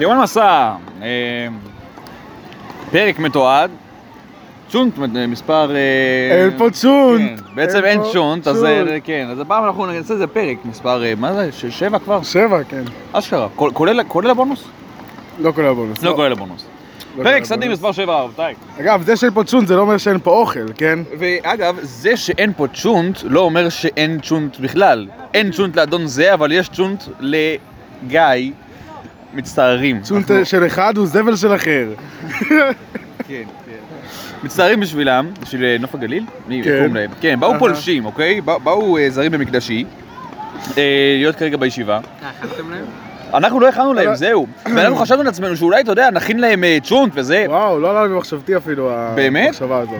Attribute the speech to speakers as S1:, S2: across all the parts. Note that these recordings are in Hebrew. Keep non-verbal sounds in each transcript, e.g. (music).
S1: יומן מסע, אה, פרק מתועד, צ'ונט מת- מספר... אה,
S2: אין פה צ'ונט.
S1: כן, בעצם אין
S2: פה
S1: צ'ונט, אז אה, כן, אז הפעם אנחנו נעשה איזה פרק מספר, אה, מה זה, ש- שבע כבר?
S2: שבע, כן.
S1: אשכרה, כול- כולל כולל הבונוס?
S2: לא כולל הבונוס.
S1: לא כולל הבונוס.
S2: לא כולל
S1: פרק סדיר
S2: הבונוס.
S1: מספר שבע, רבותיי.
S2: אגב, זה שאין פה צ'ונט זה לא אומר שאין פה אוכל, כן?
S1: ואגב, זה שאין פה צ'ונט לא אומר שאין צ'ונט בכלל. אין צ'ונט לאדון זה, אבל יש צ'ונט לגיא. מצטערים.
S2: צ'ונט
S1: אנחנו-
S2: של אחד הוא זבל של אחר.
S1: כן, כן. מצטערים בשבילם, בשביל אה, נוף הגליל? מי
S2: כן.
S1: קוראים להם? כן, באו
S2: אהה.
S1: פולשים, אוקיי? בא- באו אה, זרים במקדשי, אה, להיות כרגע בישיבה.
S3: אה, הכנתם להם?
S1: אנחנו לא הכנו להם,
S2: אבל-
S1: זהו. ואנחנו חשבנו לעצמנו שאולי, אתה יודע, נכין להם אה, צ'ונט וזה.
S2: וואו, לא עלה במחשבתי אפילו,
S1: באמת?
S2: המחשבה הזאת.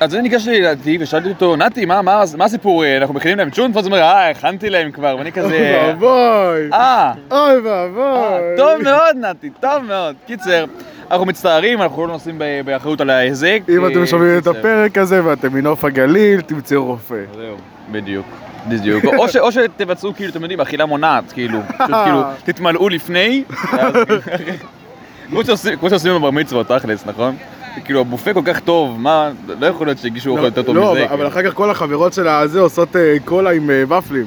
S1: אז אני ניגשתי לנתי ושאלתי אותו, נתי, מה- מה מה הסיפור? אה, אנחנו מכינים להם צ'ונט? ואז הוא אומר, אה, הכנתי להם כבר, ואני
S2: (laughs) אוי
S1: כזה...
S2: ואבוי!
S1: אה,
S2: אוי
S1: אה,
S2: ואבוי!
S1: טוב מאוד, נתי, טוב מאוד. קיצר, אנחנו מצטערים, אנחנו לא נושאים ב- באחריות על ההיזק.
S2: אם
S1: אה,
S2: אתם שומעים את
S1: קיצר.
S2: הפרק הזה ואתם מנוף הגליל, תמצאו רופא.
S1: זהו. בדיוק, בדיוק. או, ש, או שתבצעו כאילו, אתם יודעים, אכילה מונעת, כאילו. פשוט
S2: אה.
S1: כאילו, תתמלאו לפני. ואז- כמו שעושים- כמו שעושים בבר מצוות, תכלס, נכון? כאילו, הבופה כל כך טוב, מה, לא יכול להיות שהגישו אוכל יותר טוב
S2: לא,
S1: מזה.
S2: אבל- אבל
S1: כאילו.
S2: אחר כך כל החברות של הזה עושות אה, קולה עם אה, ופלים.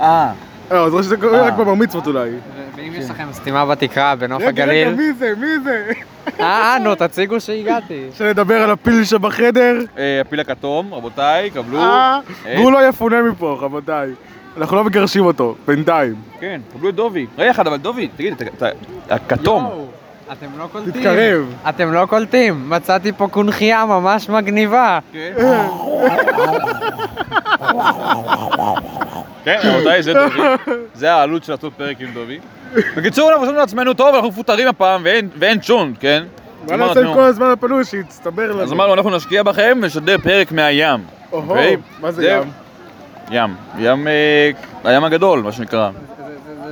S1: אה,
S2: אה, אז או שזה קורה
S1: אה.
S2: רק בבר מצוות אולי.
S3: ואם יש לכם סתימה בתקרה בנוף
S2: רגע,
S3: הגליל...
S2: רגע, מי זה? מי זה?
S3: אה, נו, תציגו שהגעתי.
S2: שנדבר על הפיל שבחדר?
S1: אה, הפיל הכתום, רבותיי, קבלו.
S2: אה,
S1: אה,
S2: והוא לא יפונה מפה, רבותיי. אנחנו לא מגרשים אותו, בינתיים.
S1: כן, קבלו את דובי. רגע אחד, אבל דובי, תגיד, אתה- אתה- הכתום.
S3: יואו, אתם לא קולטים.
S2: תתקרב.
S3: אתם לא קולטים. מצאתי פה קונכייה ממש מגניבה.
S1: כן, כן, רבותיי, זה
S2: (laughs)
S1: דובי. זה העלות של לעשות פרק עם דובי. בקיצור, אנחנו חושבים לעצמנו, טוב, אנחנו מפוטרים הפעם ואין- ואין צ'ונט, כן?
S2: מה
S1: אמרנו-
S2: נעשה עם כל הזמן הפנוי שהצטבר לנו?
S1: אז אמרנו, אנחנו נשקיע בכם ונשדר פרק מהים.
S2: אוהו,
S1: אוקיי?
S2: מה זה
S1: זהו.
S2: ים?
S1: ים. ים, אה, הים הגדול, מה שנקרא.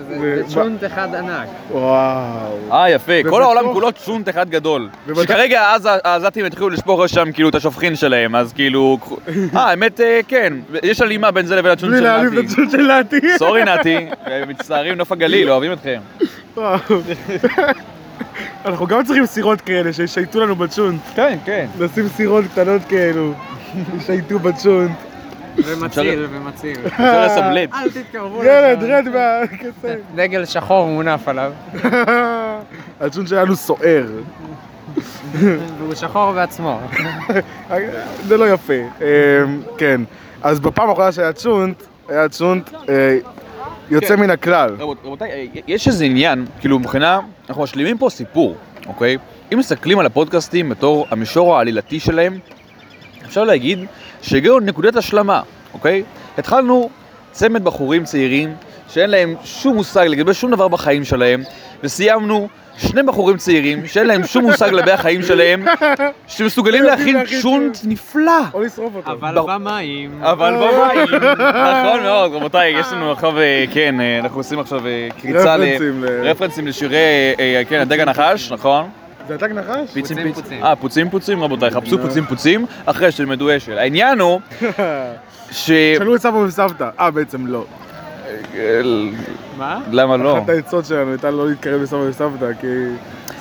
S2: זה- זה צ'ונט
S3: אחד ענק.
S2: וואו.
S1: אה, יפה. כל
S2: ובתוך-
S1: העולם כולו צ'ונט אחד גדול.
S2: ובתוך-
S1: שכרגע אז העזתים התחילו לשפוך שם כאילו את השופכין שלהם, אז כאילו...
S2: (laughs)
S1: קחו- אה, האמת, אה, כן. יש הלימה בין זה לבין הצ'ונט
S2: בלי
S1: של
S2: להעליב את
S1: נתי.
S2: הצ'ונט של נתי.
S1: סורי
S2: (laughs)
S1: נתי, מצטערים נוף הגליל, אוהבים אתכם.
S2: וואו. אנחנו גם צריכים סירות כאלה, שישייטו לנו בצ'ונט.
S1: כן, כן.
S2: נשים סירות קטנות כאלו, ישייטו בצ'ונט.
S3: ומציל, ומציל.
S2: אה,
S1: אפשר לסבלט.
S3: אל תתקרבו
S2: ילד, רד
S1: (laughs)
S2: מהכסף.
S3: דגל שחור מונף עליו.
S2: (laughs) הצ'ונט שלנו סוער.
S3: והוא שחור בעצמו.
S2: זה לא יפה. אמ, כן. אז בפעם האחרונה שהיה צ'ונט, היה צ'ונט אה, יוצא
S1: כן.
S2: מן הכלל.
S1: רבות- רבותיי, אה, יש איזה עניין, כאילו מבחינה, אנחנו משלימים פה סיפור, אוקיי? אם מסתכלים על הפודקאסטים בתור המישור העלילתי שלהם, אפשר להגיד שהגענו לנקודת השלמה, אוקיי? התחלנו צמד בחורים צעירים שאין להם שום מושג לגבי שום דבר בחיים שלהם, וסיימנו שני בחורים צעירים שאין להם שום מושג לגבי החיים שלהם, שמסוגלים להכין צ'ונט נפלא.
S2: או לשרוף אותו.
S3: אבל
S1: ברור.
S3: במים.
S1: אבל בבית, נכון מאוד, רבותיי, יש לנו עכשיו, אה, כן, אה, אנחנו עושים עכשיו אה, קריצה ל...
S2: רפרנסים ל-
S1: רפרנסים לשירי, אה, אה, כן, הדג הנחש, נכון?
S2: זה הדג נחש?
S1: פיצים
S3: פוצים,
S1: פיצים.
S3: פוצים.
S1: אה, פוצים פוצים, רבותיי,
S2: לא.
S1: חפשו פוצים פוצים, אחרי שתלמדו אשל. העניין הוא ש...
S2: (laughs) שאלו את סבא וסבתא. אה, בעצם לא.
S1: אה,
S3: מה?
S1: למה לא?
S2: אחת העצות שלנו הייתה לא להתקרב לסבא וסבתא, כי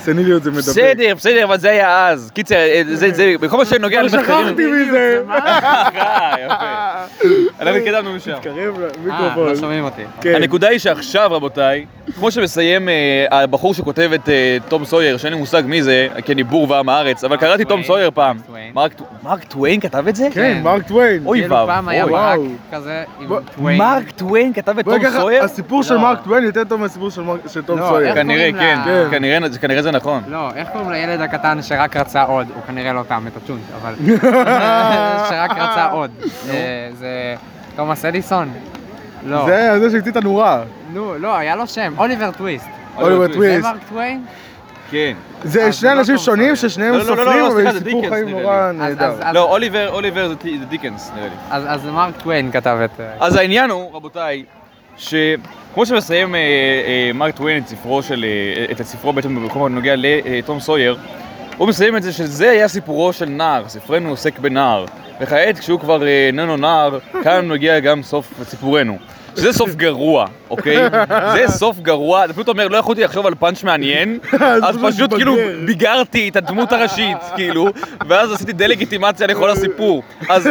S2: סניליות זה מדבק.
S1: בסדר, בסדר, אבל זה היה אז. קיצר, אה, זה, זה, בכל מה שנוגע
S2: אבל
S1: למחקרים...
S2: שכחתי מזה.
S1: אה, יפה. אנחנו התקדמנו משם.
S2: תתקרב
S3: אה, לא
S2: למיקרופון.
S3: שומעים אותי.
S2: כן.
S1: הנקודה היא שעכשיו, רבותיי, כמו שמסיים אה, הבחור שכותב את אה, תום סויר, שאין לי מושג מי זה, כי אני בור ועם הארץ, אבל
S3: מרק
S1: קראתי תום
S3: טוויין.
S1: סויר פעם.
S3: מרק טוויין.
S1: מרק טו- מרק טוויין כתב את זה?
S2: כן, מרק טוויין.
S1: אוי
S3: כאילו פעם היה
S1: ואבוי.
S3: ברק
S2: וואו.
S3: כזה עם
S2: בוא-
S3: טוויין.
S1: מרק טוויין כתב את
S2: בואי
S1: תום
S2: ככה,
S1: סויר?
S2: הסיפור של
S3: לא.
S2: מרק טוויין יותר טוב מהסיפור של מרק- של תום
S3: לא,
S2: סויר.
S3: איך-
S1: כנראה,
S3: קוראים
S1: כן,
S3: לה?
S1: כנראה- זה- כנראה זה נכון.
S3: לא, איך קוראים לילד הקטן שרק רצה עוד? הוא כנראה לא טעם את הצ'ונט,
S2: (laughs)
S3: אבל... שרק רצה עוד. אה, זה תומאס אדיסון? לא.
S2: זה היה זה שהמציא את הנורה.
S3: נו, לא, היה לו שם, אוליבר טוויסט.
S2: אוליבר
S1: זה
S3: זה
S2: טוויסט.
S3: מרק טוויין?
S1: כן.
S2: זה
S3: אז
S2: שני
S3: זה לא
S2: אנשים
S3: תום
S2: שונים
S3: סויר.
S2: ששניהם
S1: לא, לא, לא, לא,
S2: סופרים,
S1: לא,
S2: אבל
S1: סליחה,
S2: יש
S1: זה
S2: סיפור
S1: דיקנס,
S2: חיים
S1: נראה
S2: נורא
S3: לי. אז-
S2: נהדר.
S3: אז-
S1: לא, אוליבר, אוליבר זה טי- זה דיקנס, נראה לי.
S3: אז אז מרק טוויין כתב את... אה,
S1: אז העניין הוא, רבותיי, שכמו שמסיים אה, אה, מרק טוויין את ספרו של... אה, את ספרו בעצם בכל הנוגע לתום סויר, הוא מסיים את זה שזה היה סיפורו של נער, ספרנו עוסק בנער. וכעת, כשהוא כבר אה, איננו נער, כאן מגיע גם סוף סיפורנו. שזה סוף גרוע, אוקיי? זה סוף גרוע, אתה פשוט אומר, לא יכולתי לחשוב על פאנץ' מעניין, אז
S2: פשוט
S1: פשוט כאילו
S2: בגר.
S1: ביגרתי את הדמות הראשית, כאילו, ואז עשיתי דה-לגיטימציה לכל הסיפור. אז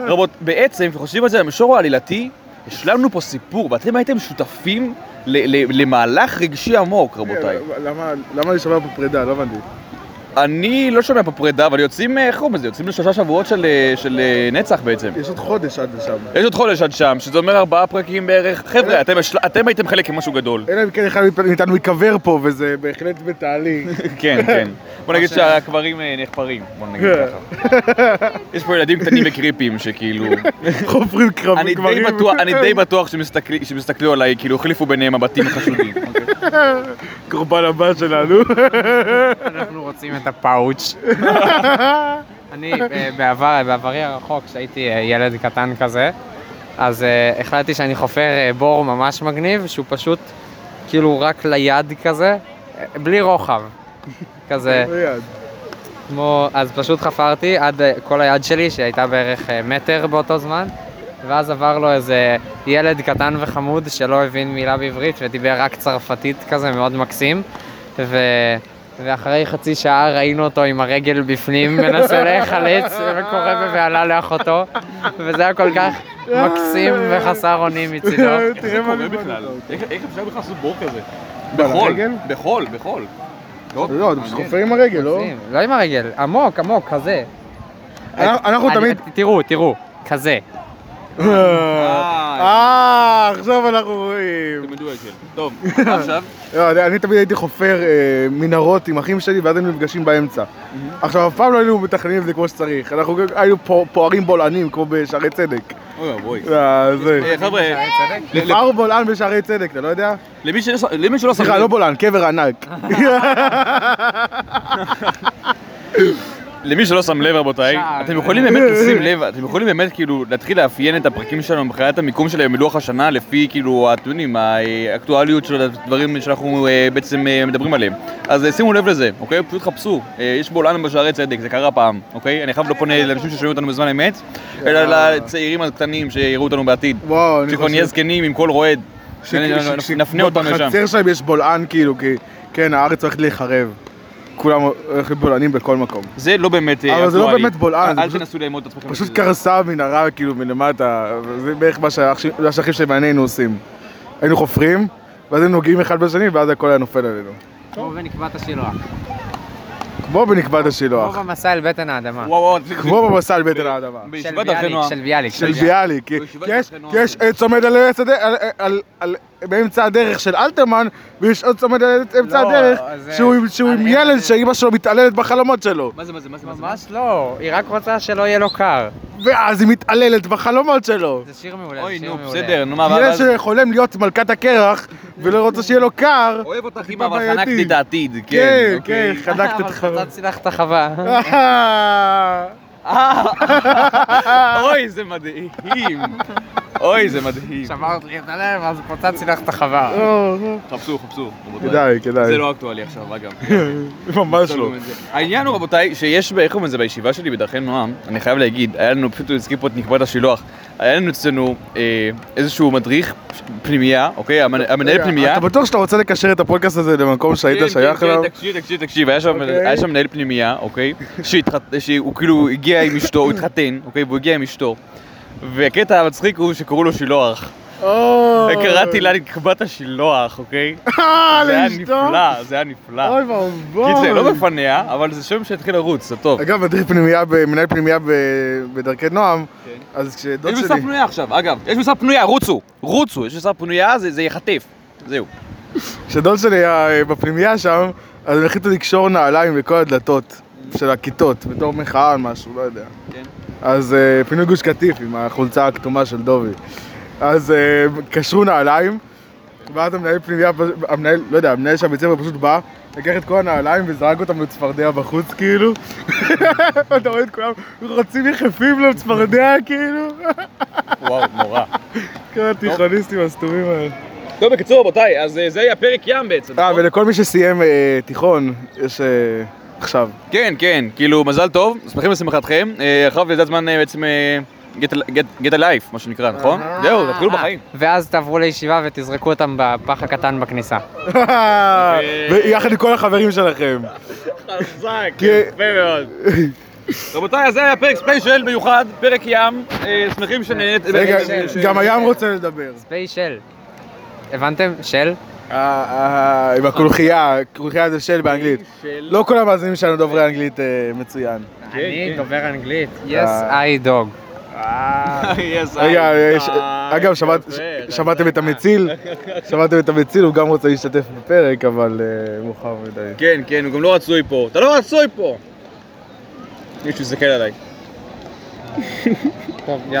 S1: רבות, בעצם, כשחושבים על זה, במישור העלילתי, השלמנו פה סיפור, ואתם הייתם שותפים ל- ל- למהלך רגשי עמוק,
S2: כן,
S1: רבותיי.
S2: למה- למה להישמע פה פרידה? לא הבנתי.
S1: אני לא שומע פה פרידה, אבל יוצאים, אה, איך קוראים לזה? יוצאים לשלושה שבועות של, אה, של אה, נצח בעצם.
S2: יש עוד חודש עד לשם.
S1: יש עוד חודש עד שם, שזה אומר ארבעה פרקים בערך. חבר'ה, אתם, השל- אתם הייתם חלק ממשהו גדול.
S2: אלא אם כן אחד מאיתנו ייקבר פה, וזה בהחלט בתהליך.
S1: כן, כן. בוא נגיד
S3: ש-
S1: שהקברים אה, נחפרים, בוא נגיד ככה. יש פה ילדים קטנים וקריפים שכאילו...
S2: חופרים קרב
S1: אני די
S2: גברים.
S1: בטוח- אני די בטוח שמסתכל- שמסתכלו עליי, כאילו החליפו ביניהם מבטים
S2: (laughs)
S1: חשודים.
S2: (laughs) קורבן הבא שלנו. (laughs)
S3: אנחנו רוצים את הפאוץ'. אני אה, בעבר, בעברי הרחוק, כשהייתי אה, ילד קטן כזה, אז אה, החלטתי שאני חופר אה, בור ממש מגניב, שהוא פשוט כאילו רק ליד כזה, אה, בלי רוחב. כזה,
S2: מיד.
S3: כמו, אז פשוט חפרתי עד אה, כל היד שלי, שהייתה בערך אה, מטר באותו זמן, ואז עבר לו איזה ילד קטן וחמוד שלא הבין מילה בעברית ודיבר רק צרפתית כזה, מאוד מקסים, ו... ואחרי חצי שעה ראינו אותו עם הרגל בפנים, (laughs) מנסה להיחלץ וקורא בבהלה לאחותו, וזה היה כל כך מקסים וחסר אונים מצידו.
S2: תראה מה אני
S1: איך אפשר בכלל לעשות בור כזה?
S2: בחול, הרגל?
S1: בחול, בחול.
S2: לא, אתה פשוט חופר עם הרגל, לא?
S3: מקסים. לא עם הרגל, עמוק, עמוק, כזה.
S2: אנחנו אנחנו
S3: אני-
S2: תמיד...
S3: תראו, תראו, כזה.
S2: (laughs) אה, עכשיו אנחנו רואים.
S1: תלמדו את זה.
S2: (laughs)
S1: טוב, עכשיו...
S2: לא, אני- אני תמיד הייתי חופר אה, מנהרות עם אחים שלי, ואז היינו נפגשים באמצע. עכשיו, אף פעם לא היינו מתכננים את זה כמו שצריך. אנחנו גם היינו פוע- פוערים בולענים, כמו בשערי צדק.
S1: אוי אבוי.
S2: אה, זה.
S1: אה, חבר'ה, ל- ל-
S2: לפער בולען בשערי צדק, אתה לא יודע?
S1: למי שלא- למי שלא שם
S2: סליחה,
S1: לב-
S2: לא בולען, קבר ענק.
S1: אה, למי שלא שם לב רבותיי,
S3: שער.
S1: אתם
S2: אה.
S1: יכולים באמת לשים לב, אתם יכולים באמת כאילו להתחיל לאפיין את הפרקים שלנו מבחינת המיקום שלהם מלוח השנה לפי כאילו, אתם יודעים, האקטואליות של הדברים שאנחנו אה, בעצם אה, מדברים עליהם. אז אה, שימו לב לזה, אוקיי? פשוט חפשו. אה, יש בולען בשערי צדק, זה קרה פעם, אוקיי? אני חייב לא פונה לאנשים ששומעים אותנו בזמן אמת, אלא לצעירים הקטנים שיראו אותנו בעתיד.
S2: (laughs) וואו, כן. אני
S1: שכבר
S2: חושב...
S1: נהיה זקנים עם קול רועד.
S2: ש-
S1: נ-
S2: ש- ש-
S1: נפנה אותם לשם.
S2: בחצר שלהם יש בולען, כאילו, כי... כן, הארץ הולכת להיחרב. כולם הולכים להיות בולענים בכל מקום.
S1: זה לא באמת אה, אקטואלי.
S2: אבל זה לא באמת בולען, זה
S1: אל
S2: פשוט-
S1: תנסו לאמוד את עצמכם.
S2: פשוט
S1: בשביל זה.
S2: קרסה מנהרה כאילו מלמטה, זה בערך מה שהאח- מה שהאחים שלי ואני היינו עושים. היינו חופרים, ואז היינו נוגעים אחד בשני, ואז הכל היה נופל עלינו.
S3: כמו ונקבע את השילוח.
S2: כמו בנקבת
S3: כמו
S2: השילוח,
S3: במסע אל בטן האדמה.
S1: וואו וואו. זה-
S2: כמו במסע על בטן האדמה.
S3: של
S1: בישיבת
S3: ביאליק,
S1: דרכי נועם.
S3: של ביאליק.
S2: של ביאליק, כי
S1: בישיבת
S2: יש-
S1: דרכי נועם.
S2: יש עץ עומד על עץ הדרך, על- על- על- באמצע הדרך של אלתרמן, ויש עוד עומד על עץ- אמצע
S3: לא,
S2: הדרך,
S3: זה-
S2: שהוא עם- שהוא עם
S3: אני-
S2: ילד שאימא שלו מתעללת בחלומות שלו.
S1: מה זה, מה זה, מה זה, מה זה?
S3: ממש לא, היא רק רוצה שלא יהיה לו קר.
S2: ואז היא מתעללת בחלומות שלו.
S3: זה שיר מעולה, זה
S1: אוי,
S3: שיר
S1: נו,
S3: לא, מעולה.
S1: בסדר, נו, מה, מה,
S2: ילד
S1: מה,
S2: שחולם להיות מלכת הקרח, ולא רוצה שיהיה לו קר.
S1: אוהב אותך אימא,
S2: טיפה
S1: אבל
S2: בעייתי.
S1: חנקתי את העתיד, כן,
S2: כן, כן,
S1: אוקיי.
S2: חנקת את
S3: (laughs) אבל
S2: חלומות.
S3: פוצצתי לך את החווה.
S1: (laughs) אוי, זה מדהים. אוי, זה מדהים.
S3: שברת לי את הלב, אז פוצצתי לך
S2: (laughs)
S3: את החווה.
S2: כדאי,
S1: חפשו, חפשו, רבותיי.
S2: כדאי.
S1: זה לא אקטואלי עכשיו, אגב.
S2: ממש לא.
S1: צלמו את זה. העניין הוא, רבותיי, שיש, ב- איך אומרים לזה, בישיבה שלי בדרכי נועם, אני חייב להגיד, היה לנו, פשוט הוא הזכיר פה את נקבת השילוח, היה לנו אצלנו אה, איזשהו מדריך פנימייה, אוקיי? המנ- המנהל
S2: רגע,
S1: פנימייה.
S2: אתה בטוח שאתה רוצה לקשר את הפודקאסט הזה למקום שהיית
S1: כן,
S2: שייך
S1: כן,
S2: אליו?
S1: כן, תקשיב, תקשיב, תקשיב, היה שם-
S2: אוקיי.
S1: היה שם מנהל פנימייה, אוקיי? שהתחת- שהוא כאילו הגיע עם אשתו, הוא התחתן, אוקיי? והוא הגיע עם אשתו. והקטע המצחיק הוא שקראו לו שילוח.
S2: או.
S1: קראתי לה נקבת השילוח,
S2: (laughs)
S1: אוקיי?
S2: אה,
S1: זה היה
S2: לאשתו?
S1: נפלא, זה היה נפלא.
S2: אוי ואבוי.
S1: קיצר, לא בפניה, אבל זה שם שהתחיל לרוץ, זה טוב.
S2: אגב, מדריך פנימייה, ב- מנהל פנימייה ב- בדרכי נועם,
S1: כן.
S2: אז כשדוד
S1: יש
S2: שלי...
S1: משרה פנויה עכשיו, אגב, יש משרה פנויה, רוצו, רוצו, יש משרה פנויה, זה זה ייחטף. זהו.
S2: כשדוד שלי היה אה, בפנימייה שם, אז הם החליטו לקשור נעליים בכל הדלתות של הכיתות, בתור מחאה על משהו, לא יודע.
S1: כן.
S2: אז אה, פינו גוש קטיף עם החולצה הכתומה של דובי. אז אה, קשרו נעליים, ואז המנהל פנימייה, המנהל, לא יודע, המנהל של הבית ספר פשוט בא, לקח את כל הנעליים וזרק אותם לצפרדע בחוץ, כאילו. (laughs) אתה רואה את כולם רצים יחפים לצפרדע, כאילו. (laughs)
S1: וואו, נורא.
S2: כל התיכוניסטים הסתומים האלה.
S1: טוב, בקיצור, רבותיי, אז אה, זה היה פרק ים בעצם.
S2: אה,
S1: נכון?
S2: ולכל מי שסיים אה, תיכון, יש אה, עכשיו.
S1: כן, כן, כאילו, מזל טוב, שמחים לשמחתכם. אה, אחריו זה הזמן אה, בעצם אה, get a- get- get a life, מה שנקרא, נכון?
S2: אה.
S1: זהו, תתחילו בחיים.
S3: ואז תעברו לישיבה ותזרקו אותם בפח הקטן בכניסה.
S2: (laughs) ויחד עם כל החברים שלכם.
S1: חזק,
S2: כן.
S1: יפה מאוד. רבותיי, אז זה היה פרק ספיישל מיוחד, פרק ים, אה, שמחים שנהנית.
S2: רגע,
S1: אה, ש-
S2: גם הים רוצה לדבר.
S3: ספי של. הבנתם? של?
S2: אה, אה, עם הקולחייה, קולחייה זה של באנגלית.
S1: אה, של-
S2: לא כל המאזינים שלנו דוברי אנגלית אה, מצוין.
S1: כן.
S3: אני דובר אנגלית. Yes,
S2: אה.
S3: I dog.
S1: Yes,
S2: רגע,
S1: I-
S2: אה, ש-
S1: אה,
S2: אגב, שמעת-
S1: יפה,
S2: ש-
S1: רצה.
S2: שמעתם את המציל? שמעתם את המציל, הוא גם רוצה להשתתף בפרק, אבל אה, מאוחר מדי.
S1: כן, כן, הוא גם לא רצוי פה. אתה לא רצוי פה! מישהו יסתכל עליי.
S3: טוב, יאללה.